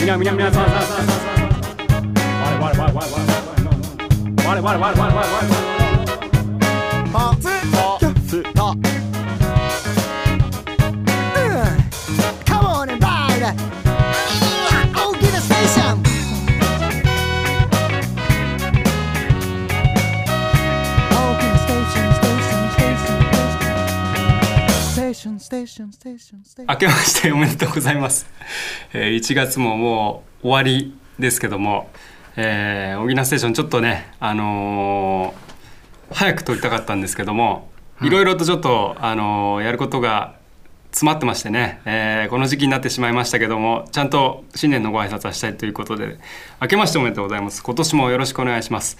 皆皆皆さんさんさんさんさん我我我我我我我我我我我我ポツポツとうんカモンバイ大きなステーション大きなステーションステーションステーションステーションステーションステーションステーション明けましておめでとうございます。えー1月ももう終わりですけども、えー、小木名ステーションちょっとね、あのー早く撮りたかったんですけども、いろいろとちょっと、あのーやることが詰まってましてね、えーこの時期になってしまいましたけども、ちゃんと新年のご挨拶はしたいということで、明けましておめでとうございます。今年もよろしくお願いします。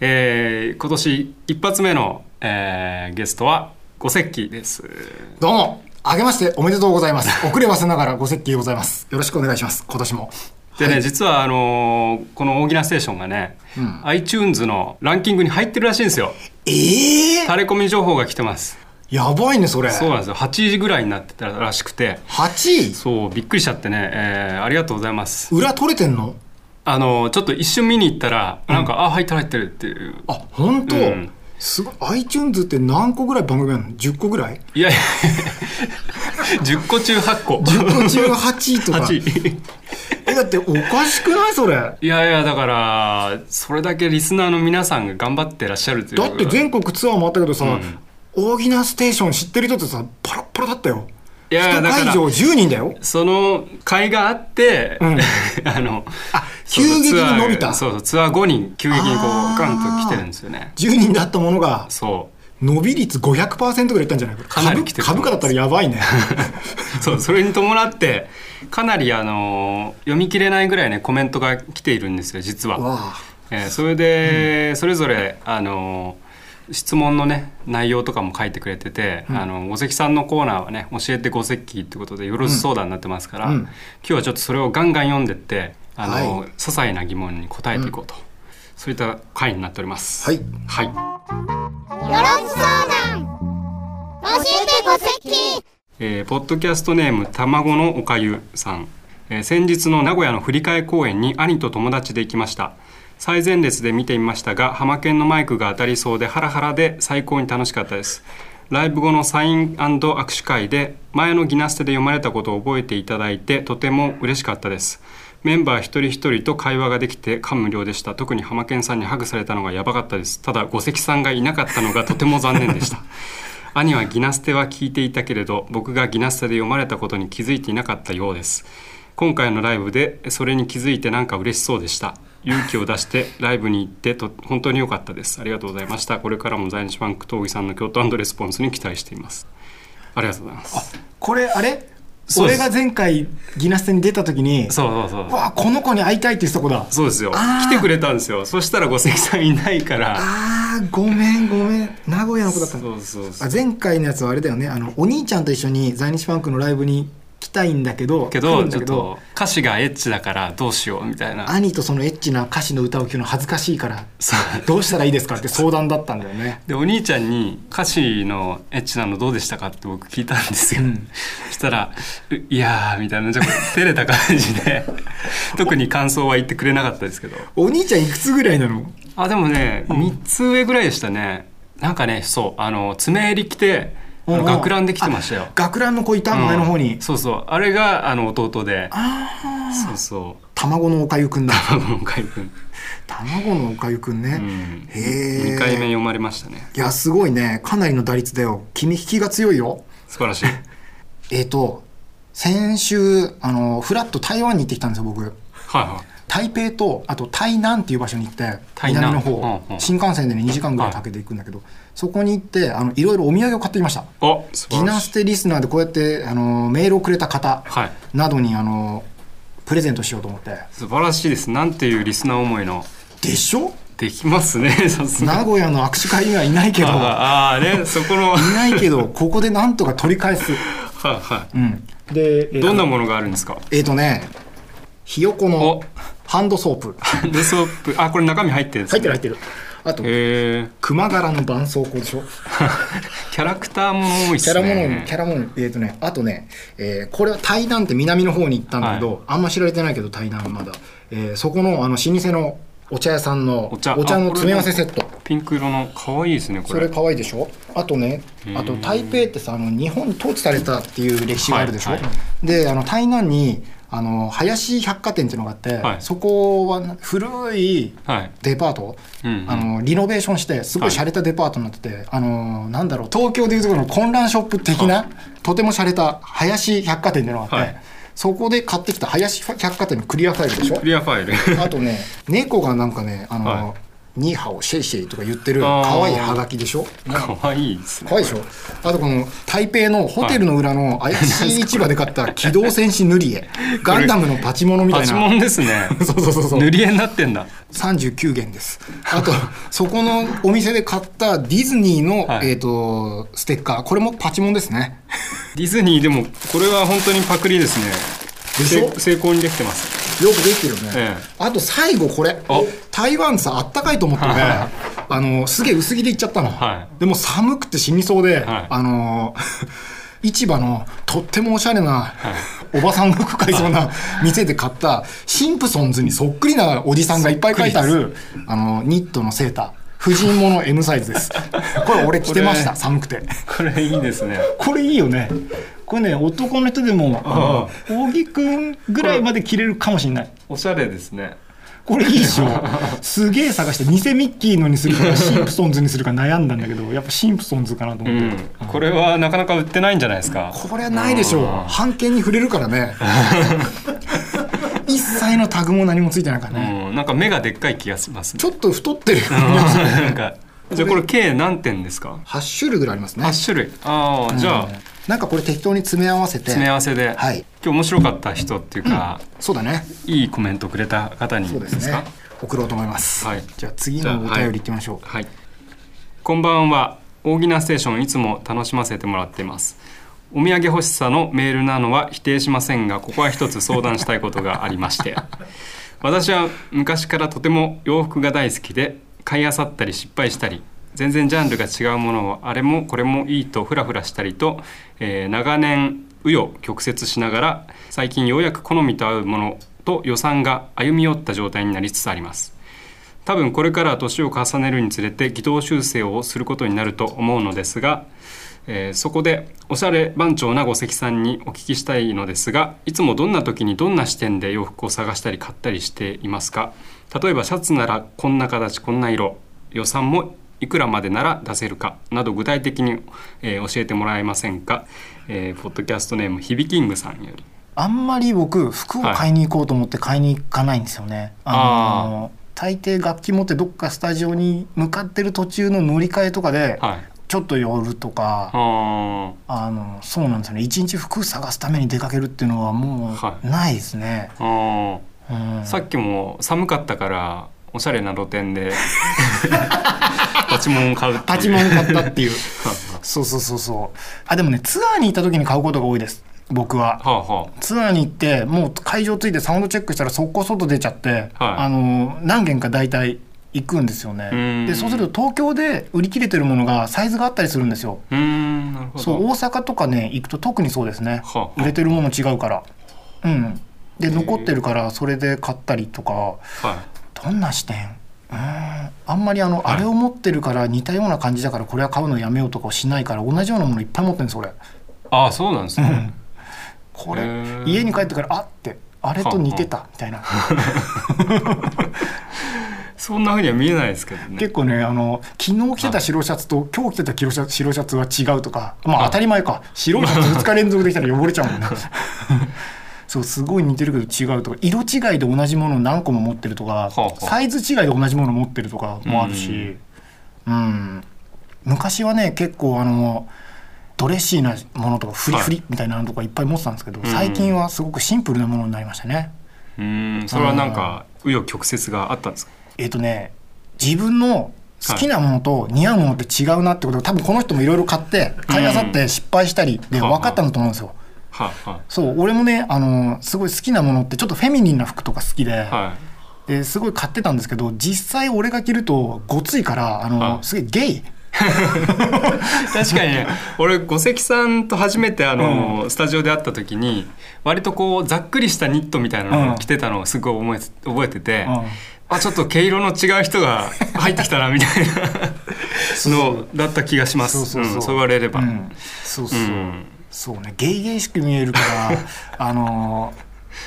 えー今年一発目の、えーゲストは、五石器です。どうもあげましておめでとうございます遅ればせながらご設計でございますよろしくお願いします今年もでね、実はあのーこの「大きなステーション」がね、iTunes のランキングに入ってるらしいんですよええタレコミ情報が来てますやばいねそれそうなんですよ8時ぐらいになってたらしくて8位そうびっくりしちゃってね、えーありがとうございます裏取れてんのあのーちょっと一瞬見に行ったらなんか、あ入ってる入ってるっていうあ本当、うんすごい iTunes って何個ぐらい番組あるの10個ぐらいいやいや 10個中8個10個中8位 とか8えだっておかしくないそれだいやいやだからそれだけリスナーの皆さんが頑張ってらっしゃるというって全国ツアーもあったけどさ、大木なステーション知ってる人ってさパラッパラだったよいやいや一だから会場10人だよその会があって、ん あの急激に伸びたそうそうツアー後に急激にこあうーガンと来てるんですよね10人だったものがそう伸び率500%ぐらいいったんじゃないこれかなり株来てる株価だったらやばいねそうそれに伴ってかなりあの読み切れないぐらいねコメントが来ているんですよ実は、 わあえーそれで、それぞれあの質問のね内容とかも書いてくれてて、あの五関さんのコーナーはね教えて五関ってことでよろし相談になってますから、うんうん今日はちょっとそれをガンガン読んでってあの、は些い細な疑問に答えていこうと、そういった回になっております。はい、はい、よろし相談教えてご席えーポッドキャストネーム卵のおかゆさん、えー先日の名古屋の振り替え公演に兄と友達で行きました最前列で見てみましたがハマケンのマイクが当たりそうでハラハラで最高に楽しかったですライブ後のサイン握手会で前のギナステで読まれたことを覚えていただいてとても嬉しかったですメンバー一人一人と会話ができて感無量でした特にハマケンさんにハグされたのがやばかったですただ五関さんがいなかったのがとても残念でした兄はギナステは聞いていたけれど僕がギナステで読まれたことに気づいていなかったようです今回のライブでそれに気づいてなんか嬉しそうでした勇気を出 してライブに行ってと本当に良かったですありがとうございましたこれからも在日バンク東儀さんの京都レスポンスに期待していますありがとうございますこれあれそうで俺すが前回ギナステに出た時にそうそうそうわあこの子に会いたいって言ってた子だそうですよあー来てくれたんですよそしたら五関さんいないからあーごめんごめん名古屋の子だったんだそうそうそうあ前回のやつはあれだよねあのお兄ちゃんと一緒に在日ファンクのライブに来たいんだけどけ来どるんちだょっけどと歌詞がエッチだからどうしようみたいな兄とそのエッチな歌詞の歌を聴くの恥ずかしいからそうどうしたらいいですかって相談だったんだよねでお兄ちゃんに歌詞のエッチなのどうでしたかって僕聞いたんですよ、そしたら「ういやー」みたいなちょっと照れた感じで 特に感想は言ってくれなかったですけどお兄ちゃんいくつぐらいなのあでもね、三3つ上ぐらいでしたねなんかねそうあの爪襟着てあうんのうん学ランで来てましたよ学ランの子いた前の方に、うんそうそうあれがあの弟でそうそう卵のおかゆくんだ 卵の海君、卵のおかゆくんね、うん、へ2え回目読まれましたねいやすごいねかなりの打率だよ君引きが強いよ素晴らしいえっ、と先週あのフラッと台湾に行ってきたんですよ僕はいはい台北とあと台南っていう場所に行って台南南の方、うんうん新幹線でね2時間ぐらいかけて行くんだけど、そこに行ってあのいろいろお土産を買ってきましたあ素ギ晴らナしスいテリスナーでこうやってあのメールをくれた方はいなどにあのプレゼントしようと思って素晴らしいですなんていうリスナー思いのでしょ できますね さす名が古屋の握手会にはいな いけどいあーあーねそこのはいないけどここでなんとか取り返す、はうん、でいどんなものがあるんですかえっ、とねひよこのおハンドソープハンドソープあこれ中身入ってるんです入っねてる入ってるあとえ熊柄の絆創膏でしー、ょキャラクターも多いっキャすラものねキャラものえっ、とねあとね、えーこれは台南って南の方に行ったんだけど、はいあんま知られてないけど台南まだ、えーそこのあの老舗のお茶屋さんのお茶のあこれも詰め合わせセットピンク色の可愛いですねこそれれ可愛いでしょあとねあと台北ってさあの日本に統治されたっていう歴史があるでしょ、はいはであの台南にあの林百貨店っていうのがあって、はいそこはな古いはいデパート、うんうんあのリノベーションしてすごいはい洒落たデパートになってて、あのなんだろう東京でいうところの混乱ショップ的な、とても洒落た林百貨店っていうのがあって、はいそこで買ってきた林百貨店のクリアファイルでしょクリアファイル あとね猫がなんかねあの、はニーハオシェイシェイとか言ってるあー可愛いハガキでしょ可愛いですね怖いでしょあとこの台北のホテルの裏の怪しい市場で買った機動戦士塗り絵ガンダムのパチモノみたパいチモなンですねそうそうそうそう塗り絵になってんだ39元ですあとそこのお店で買ったディズニーの、はいえー、とステッカーこれもパチモンですねディズニーでもこれは本当にパクリですねでしょせ成功にできてますよくできてるよね、ええあと最後これあ台湾さあったかいと思ってねはあのすげえ薄着で行っちゃったの、はでも寒くて死にそうで、はいあの 市場のとってもおしゃれな、おばさんがよく買いそうな店で買ったシンプソンズにそっくりなおじさんがいっぱい書いてあるあのニットのセーター婦人物 M サイズです これ俺着てましこたれ寒くてこれいいですねこれいいよねこれね男の人でもあの大木くんぐらいまで着れるかもしれないおしゃれですねこれいいでしょすげえ探して偽ミッキーのにするかシンプソンズにするか悩んだんだけどやっぱシンプソンズかなとう思って、んこれはなかなか売ってないんじゃないですかこれはないでしょう判件に触れるからね 一切のタグも何もついてないからね、うんなんか目がでっかい気がしますねちょっと太ってるようななんかじゃあこれ計何点ですか8種類ぐらいありますね8種類ああじゃあなんかこれ適当に詰め合わせて詰め合わせで、はい今日面白かった人っていうか、そうだねいいコメントくれた方にそうでですすねか送ろうと思います、はいじゃあ次のお便り行ってみましょう、はい。こんばんは。大喜なステーションいつも楽しませてもらってます。お土産欲しさのメールなのは否定しませんが、ここは一つ相談したいことがありまして。 私は昔からとても洋服が大好きで、買い漁ったり失敗したり、全然ジャンルが違うものをあれもこれもいいとフラフラしたりと、えー長年紆余曲折しながら、最近ようやく好みと合うものと予算が歩み寄った状態になりつつあります。多分これから年を重ねるにつれて軌道修正をすることになると思うのですが、えーそこでおしゃれ番長なご関さんにお聞きしたいのですがいつもどんな時にどんな視点で洋服を探したり買ったりしていますか例えばシャツならこんな形こんな色予算もいくらまでなら出せるかなど具体的に、えー教えてもらえませんか、えーポッドキャストネームひびキングさんよりあんまり僕服を買いに行こうと思って買いに行かないんですよね。あの大抵楽器持ってどっかスタジオに向かってる途中の乗り換えとかではいちょっと寄るとか、ああのそうなんですよね一日服探すために出かけるっていうのはもはいうないですね。ーあーうんさっきも寒かったからおしゃれな露 店でパチモンを買うっていうパ チモン買ったっていう そうそうそうそうあでもねツアーに行った時に買うことが多いです僕ははあはツアーに行ってもう会場着いてサウンドチェックしたら速攻外出ちゃって、あの何軒か大体行くんですようーねんでそうすると東京で売り切れてるものがサイズがあったりするんですよあうーんなるほどそう大阪とかね行くと特にそうですねはあ売れてるもの違うからうんで残ってるからそれで買ったりとかはいどんな視点うーんあんまりあの、あれを持ってるから似たような感じだからこれは買うのやめようとかしないから同じようなものいっぱい持ってるんです俺ああそうなんですねこへれー家に帰ってからあってあれと似てたみたいなそんなふうには見えないですけどね結構ねあの昨日着てた白シャツと今日着てた白シャツ白シャツは違うとかまあ当たり前か白いシャツ2日 連続できたら汚れちゃうもんね そうすごい似てるけど違うとか色違いで同じものを何個も持ってるとか、あはあサイズ違いで同じものを持ってるとかもあるしうん昔はね結構あのドレッシーなものとかフリフリみたいなのとかいっぱい持ってたんですけど、ん最近はすごくシンプルなものになりましたね。うーんそれはなんか紆余曲折があったんですかえっ、とね自分の好きなものと似合うものって違うなってことが多分この人もいろいろ買って買いあさって失敗したりではあ分かったんだと思うんですよ。はいは そう俺もねあのすごい好きなものってちょっとフェミニンな服とか好きで、いはですごい買ってたんですけど実際俺が着るとごついからあのあすげえゲイ確かにね俺五関さんと初めてあの、スタジオで会った時に割とこうざっくりしたニットみたいなのうをん着てたのをすごい覚えて覚えてて、うんあちょっと毛色の違う人が入ってきたなみたいなのだった気がしますそうそうそうんそう言われれば、うんそうそう、うんそうねゲイゲイしく見えるから あのー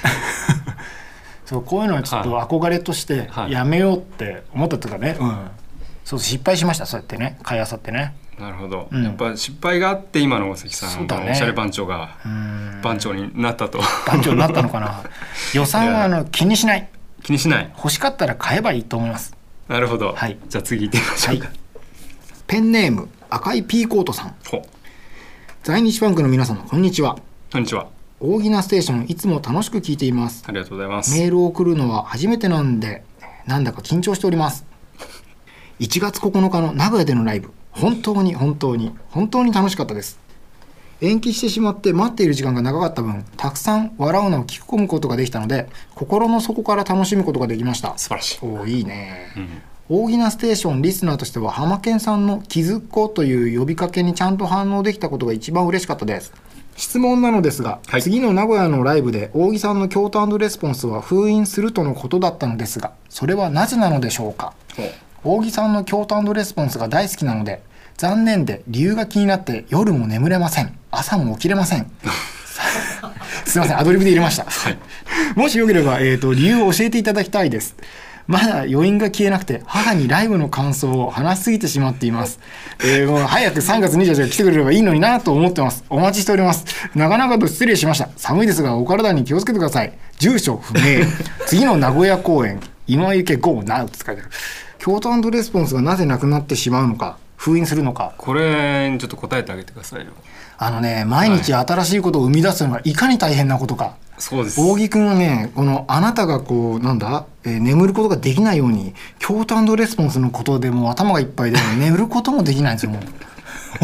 そうこういうのはちょっと憧れとしてはいやめようって思ったとかね、うんそう失敗しましたそうやってね買いあさってねなるほど、うんやっぱ失敗があって今の大関さそんうだのねおしゃれ番長がうん番長になったと番長になったのかな予算はあの気にしない気にしない欲しかったら買えばいいと思いますなるほど、はいじゃあ次行ってみましょうか、はペンネーム赤いピーコートさんほ在日バンクの皆様こんにちはこんにちは大喜なステーションいつも楽しく聞いていますありがとうございますメールを送るのは初めてなんでなんだか緊張しております1月9日の名古屋でのライブ本当に本当に本当に楽しかったです延期してしまって待っている時間が長かった分たくさん笑うのを聞き込むことができたので心の底から楽しむことができました素晴らしい、おーいいねうん大喜なステーションリスナーとしては浜県さんの「気づっ子」という呼びかけにちゃんと反応できたことが一番嬉しかったです質問なのですが、はい次の名古屋のライブで大木さんの京都レスポンスは封印するとのことだったのですがそれはなぜなのでしょうかほう大木さんの京都レスポンスが大好きなので残念で理由が気になって夜も眠れません朝も起きれませんすいませんアドリブで入れました、もしよければ、えー、と理由を教えていただきたいですまだ余韻が消えなくて母にライブの感想を話しすぎてしまっています、えーもう早く3月28日来てくれればいいのになと思ってますお待ちしておりますなかなかと失礼しました寒いですがお体に気をつけてください住所不明次の名古屋公演今行け GO NOW って書いてある京都レスポンスがなぜなくなってしまうのか封印するのかこれにちょっと答えてあげてくださいよあのね毎日新しいことを生み出すのがいかに大変なことかそうです大木くんはねこのあなたがこうなんだ、えー眠ることができないように京都レスポンスのことでもう頭がいっぱ いで眠ることもできないんですよもう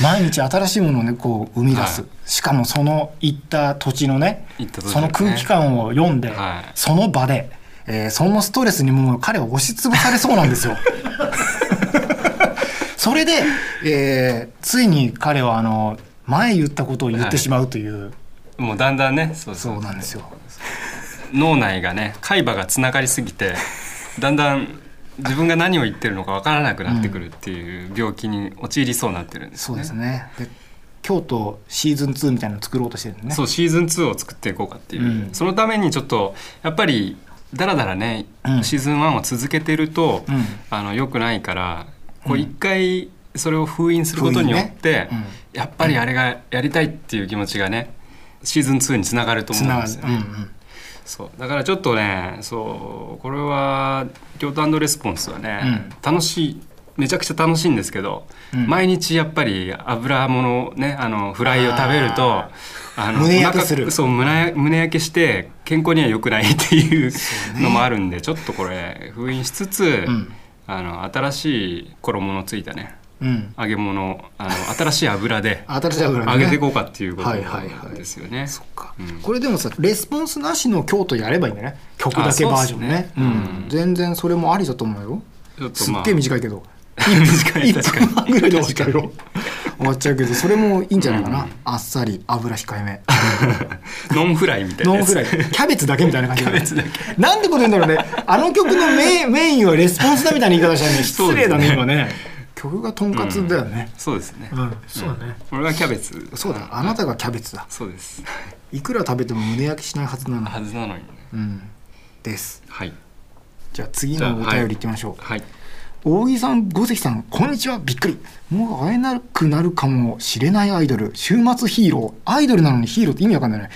毎日新しいものをねこう生み出す、はしかもその行った土地のね行った土地のねその空気感を読んで、はいその場で、えーそのストレスにもう彼は押しつぶされそうなんです よそれで、えーついに彼はあの前言ったことを言ってしまうという、もうだんだんねそうそうそうなんですよ脳内がね海馬がつながりすぎ てだんだん自分が何を言ってるのかわからなくなってくるっていう病気に陥りそうになってるんですそうね。ですね。で京都シーズン2みたいなの作ろうとしてるのね。そうシーズン2を作っていこうかっていう、うんそのためにちょっとやっぱりだらだらね、うんシーズン1を続けてると、うんあの良くないからこう一回それを封印することによって、封印ねやっぱりあれがやりたいっていう気持ちがねシーズン2につながると思つうんなでがるす。よ、うんうん。そうだからちょっとねそうこれは京都レスポンスはね、うん楽しいめちゃくちゃ楽しいんですけど、ん毎日やっぱり油物ねあのフライを食べるとあの胸焼けお腹するそう胸胸焼けして健康には良くないっていうのもあるんで、ちょっとこれ封印しつつ、んあの新しい衣のついたねうん。揚げ物をあの新しい油で新しい油ね揚げていこうかっていうことはいはいはいですよね。そっかうん。これでもさレスポンスなしの京都やればいいんだね。曲だけバージョンね。あそうっすねうん。全然それもありだと思うよ。ちょっすとっまあげえ短いけど。短い 一確かに分半ぐらいで終わっち ゃうよ。終わっちゃうけどそれもいいんじゃないかう。なんあっさり油控えめ。ノンフライみたいなノンやつフライ。キャベツだけみたいな感じだねキャベツだなんでこと言うんだろうね。あの曲のメイ ンメインはレスポンスだみたいな言い方したね。失礼だね、今ね。曲がとんかつだよね。そうですね、うん、そうだね。俺はキャベツそうだ、あなたがキャベツだ。そうですいくら食べても胸焼けしないはずなの。はずなのにねうん。です。はいじゃあ次のおじゃあは便いり行ってみましょう。はい大木さん、五関さん、こんにちは。びっくり。もう会えなくなるかもしれないアイドル。週末ヒーロー。アイドルなのにヒーローって意味わかんないね。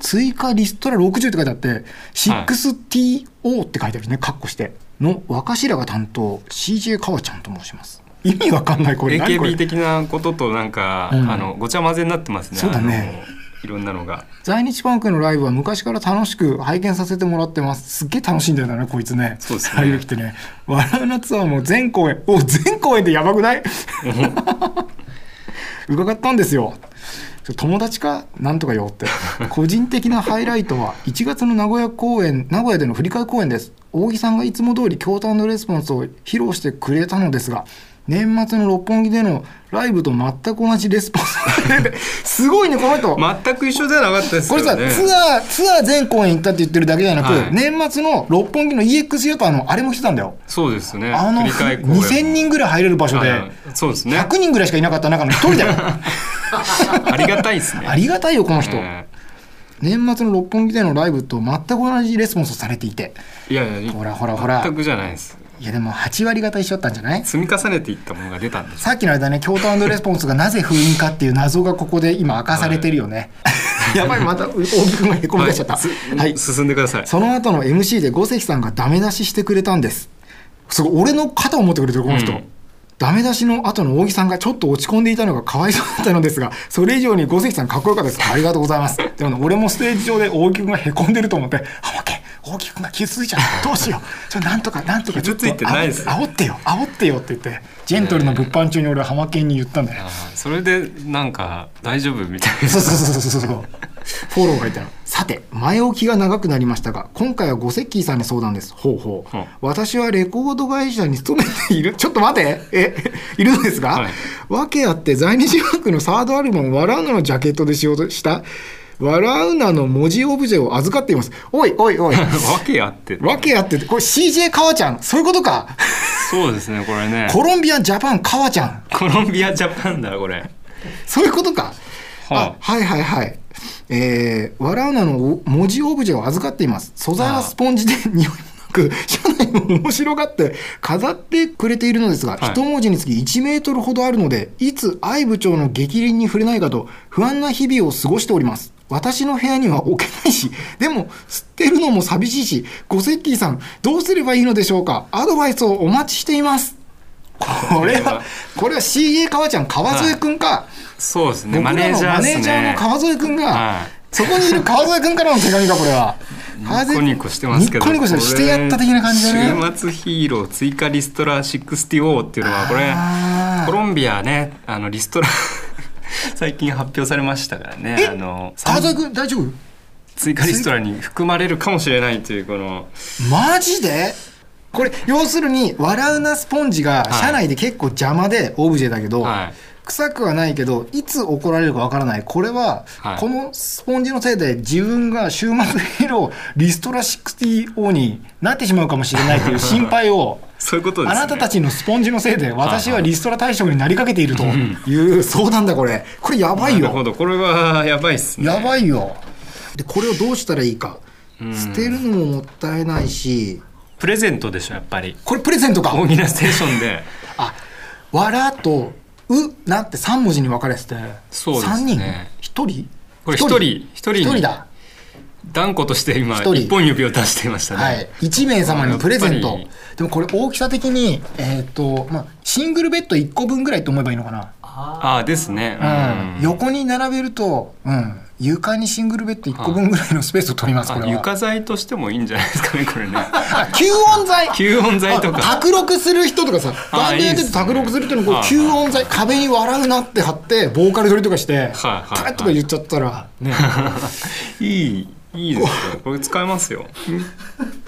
追加リストラ60って書いてあって、6TO って書いてあるね。カッコして。の若頭が担当、CJ かわちゃんと申します。意味わかんない、これ。何これ AKB 的なこととなんか、うんあのごちゃ混ぜになってますねそうだねあのいろんなのが在日パンクのライブは昔から楽しく拝見させてもらってますすっげえ楽しいんだよなこいつねそうですねああいう来てね「笑うなツアー」も全公演 お全公演ってやばくない伺ったんですよそれ友達かなんとかよって個人的なハイライトは1月の名古屋公演名古屋での振り替え公演です大木さんがいつも通り京丹のレスポンスを披露してくれたのですが年末の六本木でのライブと全く同じレスポン スすごいねこの人全く一緒じゃなかったですこよれねさ、ツアー、ツアー全公演行ったって言ってるだけじゃなく、はい年末の六本木の EX シアターのあれも来てたんだよ。そうですねあの、繰り返公演2000人ぐらい入れる場所では、いそうですね100人ぐらいしかいなかった中の一人 だよ。ありがたいですねありがたいよ、この人。え年末の六本木でのライブと全く同じレスポンスをされていて。ーいやいやほらほらほら全くじゃないですいや、でも8割方一緒だったんじゃない積み重ねていったものが出たんですさっきの間ね、京都レスポンスがなぜ封印かっていう謎がここで今明かされてるよね。やばい、また大木くんがへこみ出しちゃった。はいす進んでくださいその後の MC で五関さんがダメ出ししてくれたんです。すごい、俺の肩を持ってくれてる、この人。うんダメ出しの後の大木さんがちょっと落ち込んでいたのがかわいそうだったのですが、それ以上に五関さんかっこよかったです。ありがとうございます。でもね、俺もステージ上で大木君がへこんでると思って、あ、オッケー、大木君が傷ついちゃった。どうしよう。ちょ、なんとか、なんとか、ちょっと、傷ついてないですよあ煽ってよ、煽ってよって言って、ジェントルの物販中に俺はハマケンに言ったんだよ。あーそれでなんか大丈夫み たいそうそうそうそうそうそう。フォローがいたの。さて、前置きが長くなりましたが、今回はゴセッキーさんに相談です。ほうほう。うん私はレコード会社に勤めている。 ちょっと待てえ、いるのですが、はい訳あって在日バンクのサードアルバム、笑うなのジャケットで使用した、笑うなの文字オブジェを預かっています。おいおいおい。なわけあって訳あって、これ CJ 川ちゃん。そういうことか。そうですねこれねコロンビアンジャパン川ちゃん。コロンビアジャパンだこれ そういうことか。はあ、はいはいはい。えー、わらうなのお文字オブジェを預かっています。素材はスポンジで匂いもなく、車内も面白がって飾ってくれているのですが、はい一文字につき1メートルほどあるので、いつ愛部長の激鱗に触れないかと不安な日々を過ごしております。私の部屋には置けないし、でも捨てるのも寂しいし、ゴセッキーさん、どうすればいいのでしょうかアドバイスをお待ちしています。これは、これは CA 川ちゃん、川添くんか。そうですね僕マらのネージャーマでネすージャーねの川添くんが、はいそこにいる川添くんからの手紙かこれは。ニコニコしてますけどニッコニコしてるしてやった的な感じだこね。れ週末ヒーロー追加リストラ64っていうのはこれあーコロンビアねあのリストラ 最近発表されましたからねあの川添くん大丈夫？追加リストラに含まれるかもしれないというこのマジで？これ要するに笑うなスポンジがい社内で結構邪魔でオブジェだけど、はい臭くはないけどいつ怒られるかわからないこれは、はいこのスポンジのせいで自分が週末ヒーローリストラ64になってしまうかもしれないという心配を。そういうことですあねなたたちのスポンジのせいで私はリストラ対象になりかけているという相談だこれこれやばないるほよどこれはやばいっすねやばいよでこれをどうしたらいいか捨てるのももったいないしプレゼントでしょやっぱりこれプレゼントか大喜利ステーションで あわらとうなって3文字に分かれててそうですね3人1人これ一人一人に一人だ断固として今一人一本指を出していましたね、はい、1名様にプレゼンやトっぱりでもこれ大きさ的に、えーとまあ、シングルベッド1個分ぐらいと思えばいいのかなああですねうん、うん横に並べると、うん、床にシングルベッド1個分ぐらいのスペースを取りますこれあは床材としてもいいんじゃないですかねこ れねあ吸音材吸音材とあか卓録する人とかさあバンドやっていいっすてね卓録する人にこうはい吸音材壁に笑うなって貼ってボーカル取りとかして「はいはいタッ」とか言っちゃったらね いいいいですよこれ使えますよ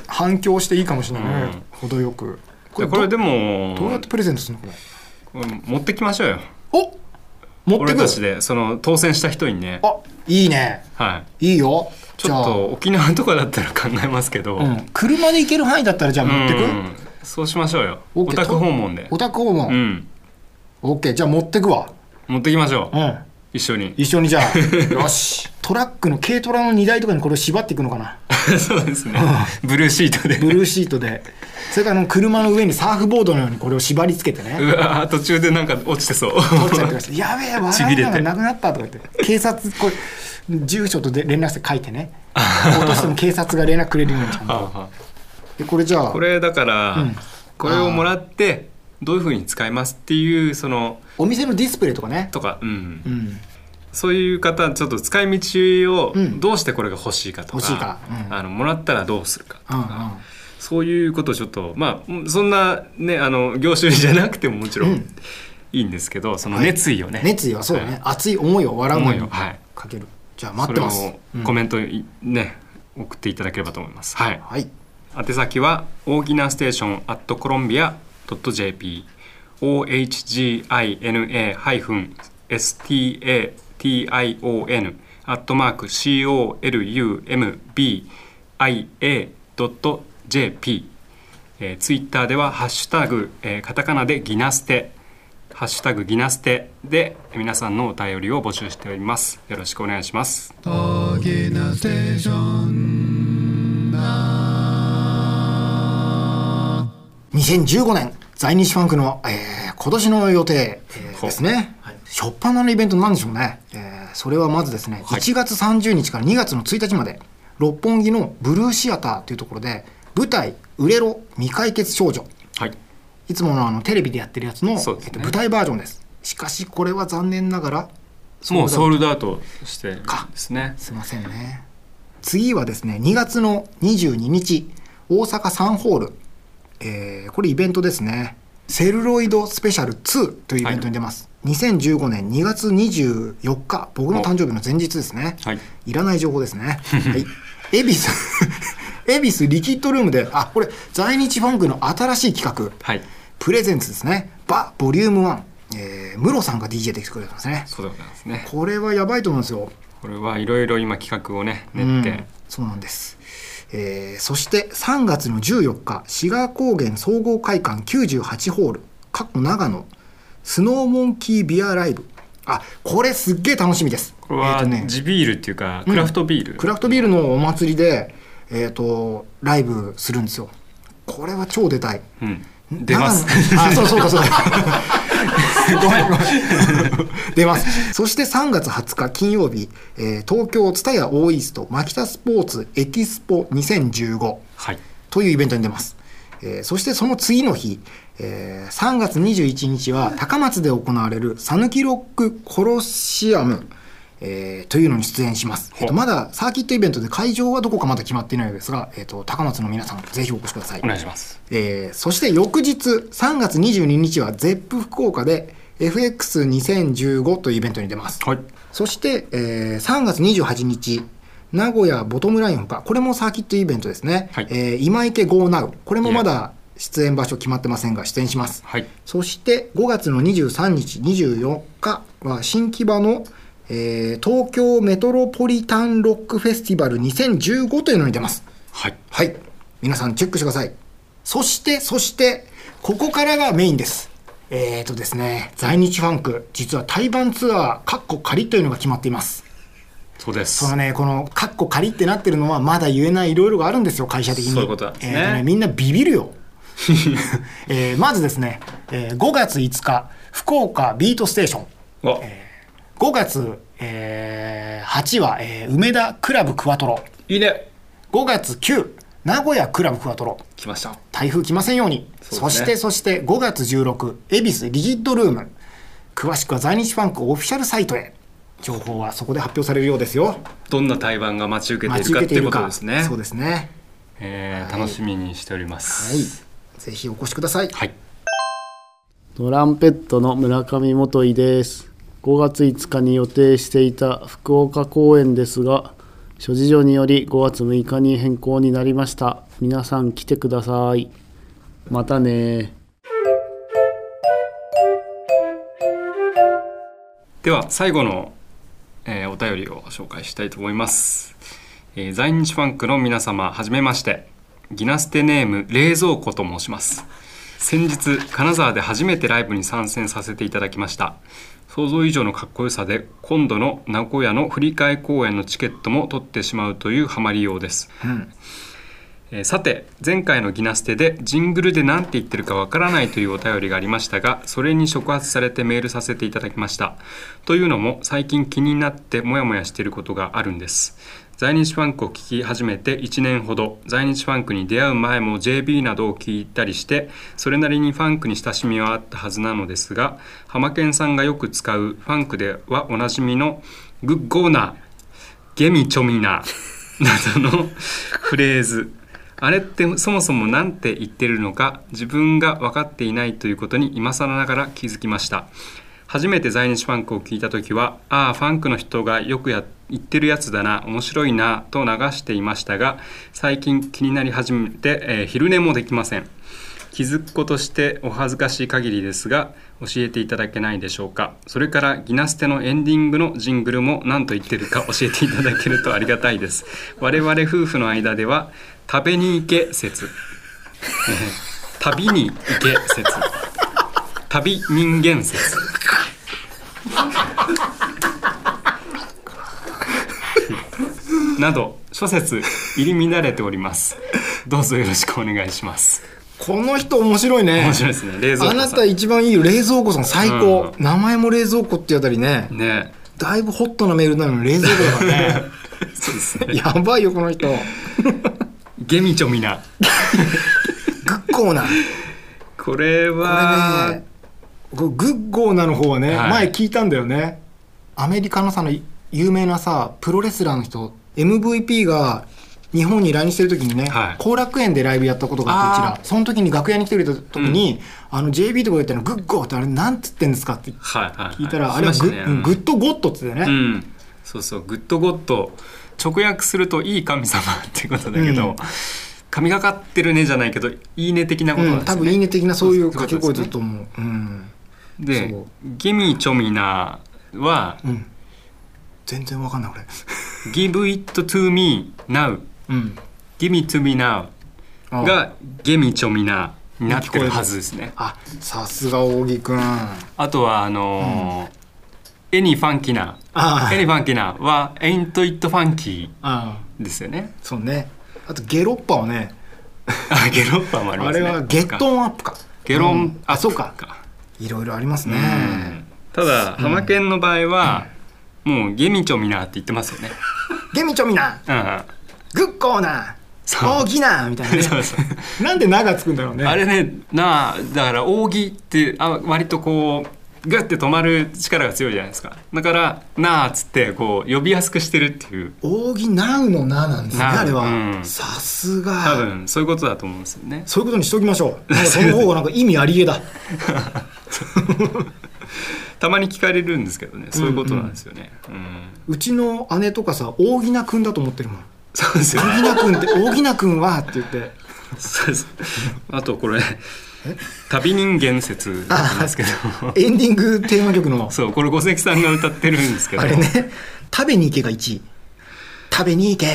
反響していいかもしれないねうん程よくこれこれでもどうやってプレゼントするのこれこれ持ってきましょうよお持って俺くたちでその当選した人にねあいいねはいいいよちょっと沖縄とかだったら考えますけど、じゃあ、うん、車で行ける範囲だったらじゃあ持ってうくんそうしましょうよオおッケー宅訪問でお宅訪う問ん OK じゃあ持ってくわ持ってきましょう、うん一緒に一緒にじゃ あよしトラックの軽トラの荷台とかにこれを縛っていくのかなそうですね ブルーシートでブルーシートでそれからあの車の上にサーフボードのようにこれを縛り付けてねうわー途中でなんか落ちてそう取っちゃってくださいやべえ笑いながなくなったとか言って警察これ住所とで連絡して書いてね落としても警察が連絡くれるようにち ゃんとああでこれじゃあこれだから、んこれをもらってどういうふうに使いますっていうそのお店のディスプレイとかねとか、うんうんそういう方ちょっと使い道をうんどうしてこれが欲しいかとか,、欲しいかうんあのもらったらどうするかとうんうんか、そういうことをちょっとまあそんなねあの業種じゃなくてももちろん、うんいいんですけどその熱意をね、熱意はそうだね、はい熱い思いを笑うの思いにをはいかけるじゃあ待ってますそれをコメントい、ね送っていただければと思いますはいはい宛先は大きなステーションアットコロンビア .jp ohgina-station アットマーク columbiA.jp えー、ツイッターでは「ハッシュタグ、えーカタカナでギナステ」「ハッシュタグギナステ」でえー皆さんのお便りを募集しておりますよろしくお願いします2015年在日ファンクの、えー今年の予定、えーほうですね、しょっぱなのイベントなんでしょうね、えーそれはまずですね、はい1月30日から2月の1日まで六本木のブルーシアターというところで舞台「売れろ未解決少女」はいいつものあのテレビでやってるやつの、そうですねえっと、舞台バージョンですしかしこれは残念ながらもうソールルドアウトしてるんですねすいませんね次はですね2月の22日大阪サンホール、えーこれイベントですねセルロイドスペシャル2というイベントに出ます、2015年2月24日僕の誕生日の前日ですねはいいらない情報で すね。はい。恵比寿、 恵比寿リキッドルームで、あ、これ、在日ファンクの新しい企画、はいプレゼンツですね。バ、ボリューム1。えー、ムロさんが DJ で来てくれたんですね。そうでございますねこれはやばいと思うんですよ。これはいろいろ今企画をねう練んって、そうなんです。えーそして3月の14日、志賀高原総合会館98ホール、過去長野、スノーモンキービアライブ。あ、これすっげえ楽しみです。これえーはとね地ビールっていうかクラフトビール、クラフトビールのお祭りで、えー、とライブするんですよこれは超出たいうん出ます長 野あそうそうかそうかごめんごめん出ますそして3月20日金曜日、えー東京蔦屋オーイーストマキタスポーツエキスポ2015はいというイベントに出ます、えーそしてその次の日、えー3月21日は高松で行われる讃岐ロックコロシアム、えーというのに出演します、えっとまだサーキットイベントで会場はどこかまだ決まっていないようですが、えっと高松の皆さんぜひお越しくださいお願いしますえーそして翌日3月22日は ZEP 福岡で FX2015 というイベントに出ます、はいそして、えー3月28日名古屋ボトムラインほかこれもサーキットイベントですね、はいえー今池 GoNow これもまだ出演場所決まってませんが出演しますはいそして5月の23日24日は新木場の、えー東京メトロポリタンロックフェスティバル2015というのに出ますはいはい皆さんチェックしてくださいそしてそしてここからがメインですえーとですね在日ファンク実は台湾ツアーカッコ仮というのが決まっていますそうですそのねこのカッコ仮ってなってるのはまだ言えないいろいろがあるんですよ会社的にそういうことなんですねえーとみんなビビ るよえーまずですね、えー5月5日福岡ビートステーションお5月、え8は、えー梅田クラブクワトロいいね5月9名古屋クラブクワトロ来ました台風来ませんようにそそうですしねてそして5月16恵比寿リギッドルーム詳しくは在日ファンクオフィシャルサイトへ情報はそこで発表されるようですよどんな台湾が待ち受けてい待るちか受っけてていいうることかですねそうですねえー楽しみにしておりますはいぜひお越しくださいはいトランペットの村上元井です5月5日に予定していた福岡公演ですが諸事情により5月6日に変更になりました皆さん来てくださいまたねでは最後の、えーお便りを紹介したいと思います、えー在日ファンクの皆様はじめましてギナステネーム冷蔵庫と申します先日金沢で初めてライブに参戦させていただきました想像以上のかっこよさで今度の名古屋の振り替え公演のチケットも取ってしまうというハマりようです、えーさて前回のギナステでジングルで何て言ってるかわからないというお便りがありましたがそれに触発されてメールさせていただきましたというのも最近気になってモヤモヤしていることがあるんです在日ファンクを聞き始めて1年ほど在日ファンクに出会う前も JB などを聞いたりしてそれなりにファンクに親しみはあったはずなのですがハマケンさんがよく使うファンクではおなじみのグ ッゴーナーゲミチョミナなどのフレーズあれってそもそも何て言ってるのか自分が分かっていないということに今更ながら気づきました初めて在日ファンクを聞いた時はああファンクの人がよくや言ってるやつだな面白いなと流していましたが最近気になり始めて、えー昼寝もできません気づくことしてお恥ずかしい限りですが教えていただけないでしょうかそれからギナステのエンディングのジングルも何と言ってるか教えていただけるとありがたいです我々夫婦の間では食べに行け説、 えー旅に行け説旅人間説 など諸説入り乱れておりますどうぞよろしくお願いしますこの人面白いね面白いですね冷蔵庫さあんなた一番いいよ冷蔵庫さん最高、う名前も冷蔵庫ってあたりねねだいぶホットなメールなのに冷蔵庫だから ねそうですねやばいよこの人グゲミチョミなッゴーナこれはこれねこれグッゴーナの方はね、はい前聞いたんだよねアメリカのさの有名なさプロレスラーの人 MVP が日本に来日してる時にねはい後、楽園でライブやったことがあってうちらその時に楽屋に来てくれた時に「あの JB とか言ったのグッゴーってあれなんつってんですか?」ってはいはいはい聞いたら、あれはしグましたねッ,ううん、んグッドゴッドって言ってうね、ん、そうそうグッドゴッド直訳するといい神様っていうことだけど、うん神がかってるねじゃないけどいいね的なことうなんんですよ多ね、分いいね的なそういう掛けそう声ですだねと思う、うん、でそうギミチョミナは、全然わかんない俺 Give it to me now うん、 Give me to me now あがゲミチョミナになってるはずですねあさすが扇くんあとはあのーエニファンキナあエニファンキナは Ain't it funky あですよねそうねあとゲロッパはねあゲロッパもありあますれねはゲットンアップかゲロン、うんあそうかいろいろありますね、ただ浜県の場合は、もうゲミチョミナって言ってますよね。ゲミチョミナうん、グッコーナそう大きなみたいな、ね、そうそうなんで「な」がつくんだろうねあれねなあだから扇ってあ割とこうグッて止まる力が強いじゃないですかだから「なあ」っつってこう呼びやすくしてるっていう扇なうの「な」なんですねなうあれは、うんさすが多分そういうことだと思うんですよね。そういうことにしておきましょう。なんかその方がなんか意味ありげだ。 たまに聞かれるんですけどねそういうことなんですよね。うんうちの姉とかさ、大木名くんだと思って るもん。そうですよね大木名くんって、大木名くんはって言って。そうです あとこれ旅人間説なんですけどエンディングテーマ曲の、そうこれ五関さんが歌ってるんですけどあれね、食べに行けが1位。食べに行けっ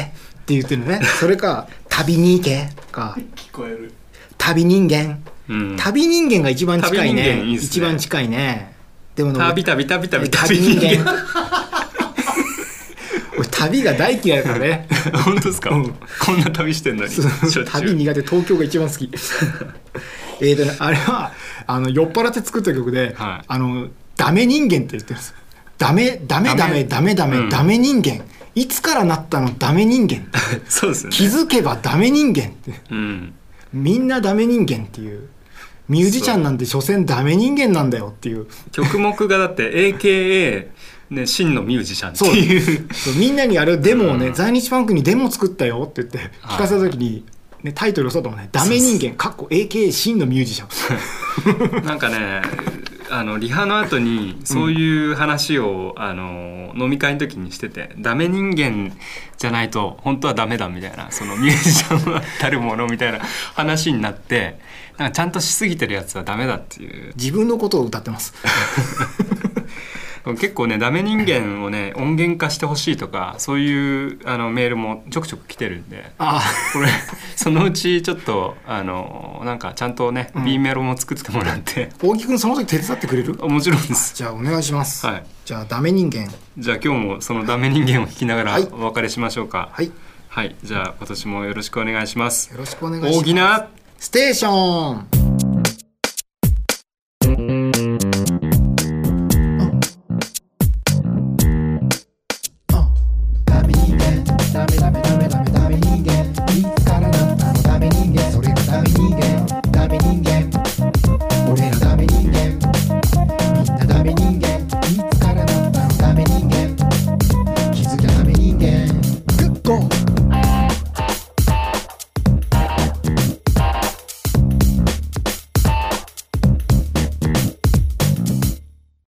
て言って るのね。それか、旅に行けか。聞こえる。旅人間。うん旅人間が一番近旅い人ね。間いいっすね一番近いね。でもね旅旅旅旅旅旅人人間 間俺旅が大嫌いだからね。 本当ですか、うんこんな旅してんのにしょっちゅう 旅苦手東京が一番好き えーとねあれはあの酔っ払って作った曲で、はいあのダメ人間って言ってるんですダメダメダメダダメメダメ、うんダメ人間いつからなったのダメ人 間そうですよ気ね、づけばダメ人間ってうん、みんなダメ人間っていうミュージシャンなんて所詮ダメ人間なんだよっていう曲目がだって AKA、ね、真のミュージシャンってそういうそうみんなにあれをデモをね、うん在日ファンクにデモ作ったよって言って聞かせた時に、ね、タイトルをそうだもんね「ダメ人間」かっこ AKA 真のミュージシャ ン なんかねあのリハの後にそういう話を、あの飲み会の時にしててダメ人間じゃないと本当はダメだみたいなそのミュージシ ャンはたるものみたいな話になってなんかちゃんとしすぎてるやつはダメだっていう 自分のことを歌ってます結構ねダメ人間をね音源化してほしいとかそういうあのメールもちょくちょく来てるんであこれそのうちちょっとあのなんかちゃんとね、B メロも作ってもらって大木くんその時手伝ってくれるあもちろんですじゃあお願いします、はいじゃあダメ人間じゃあ今日もそのダメ人間を弾きながらはいお別れしましょうかはいよはい、じゃあ今年もよろしくお願いしますろしくお願いします大きなステーション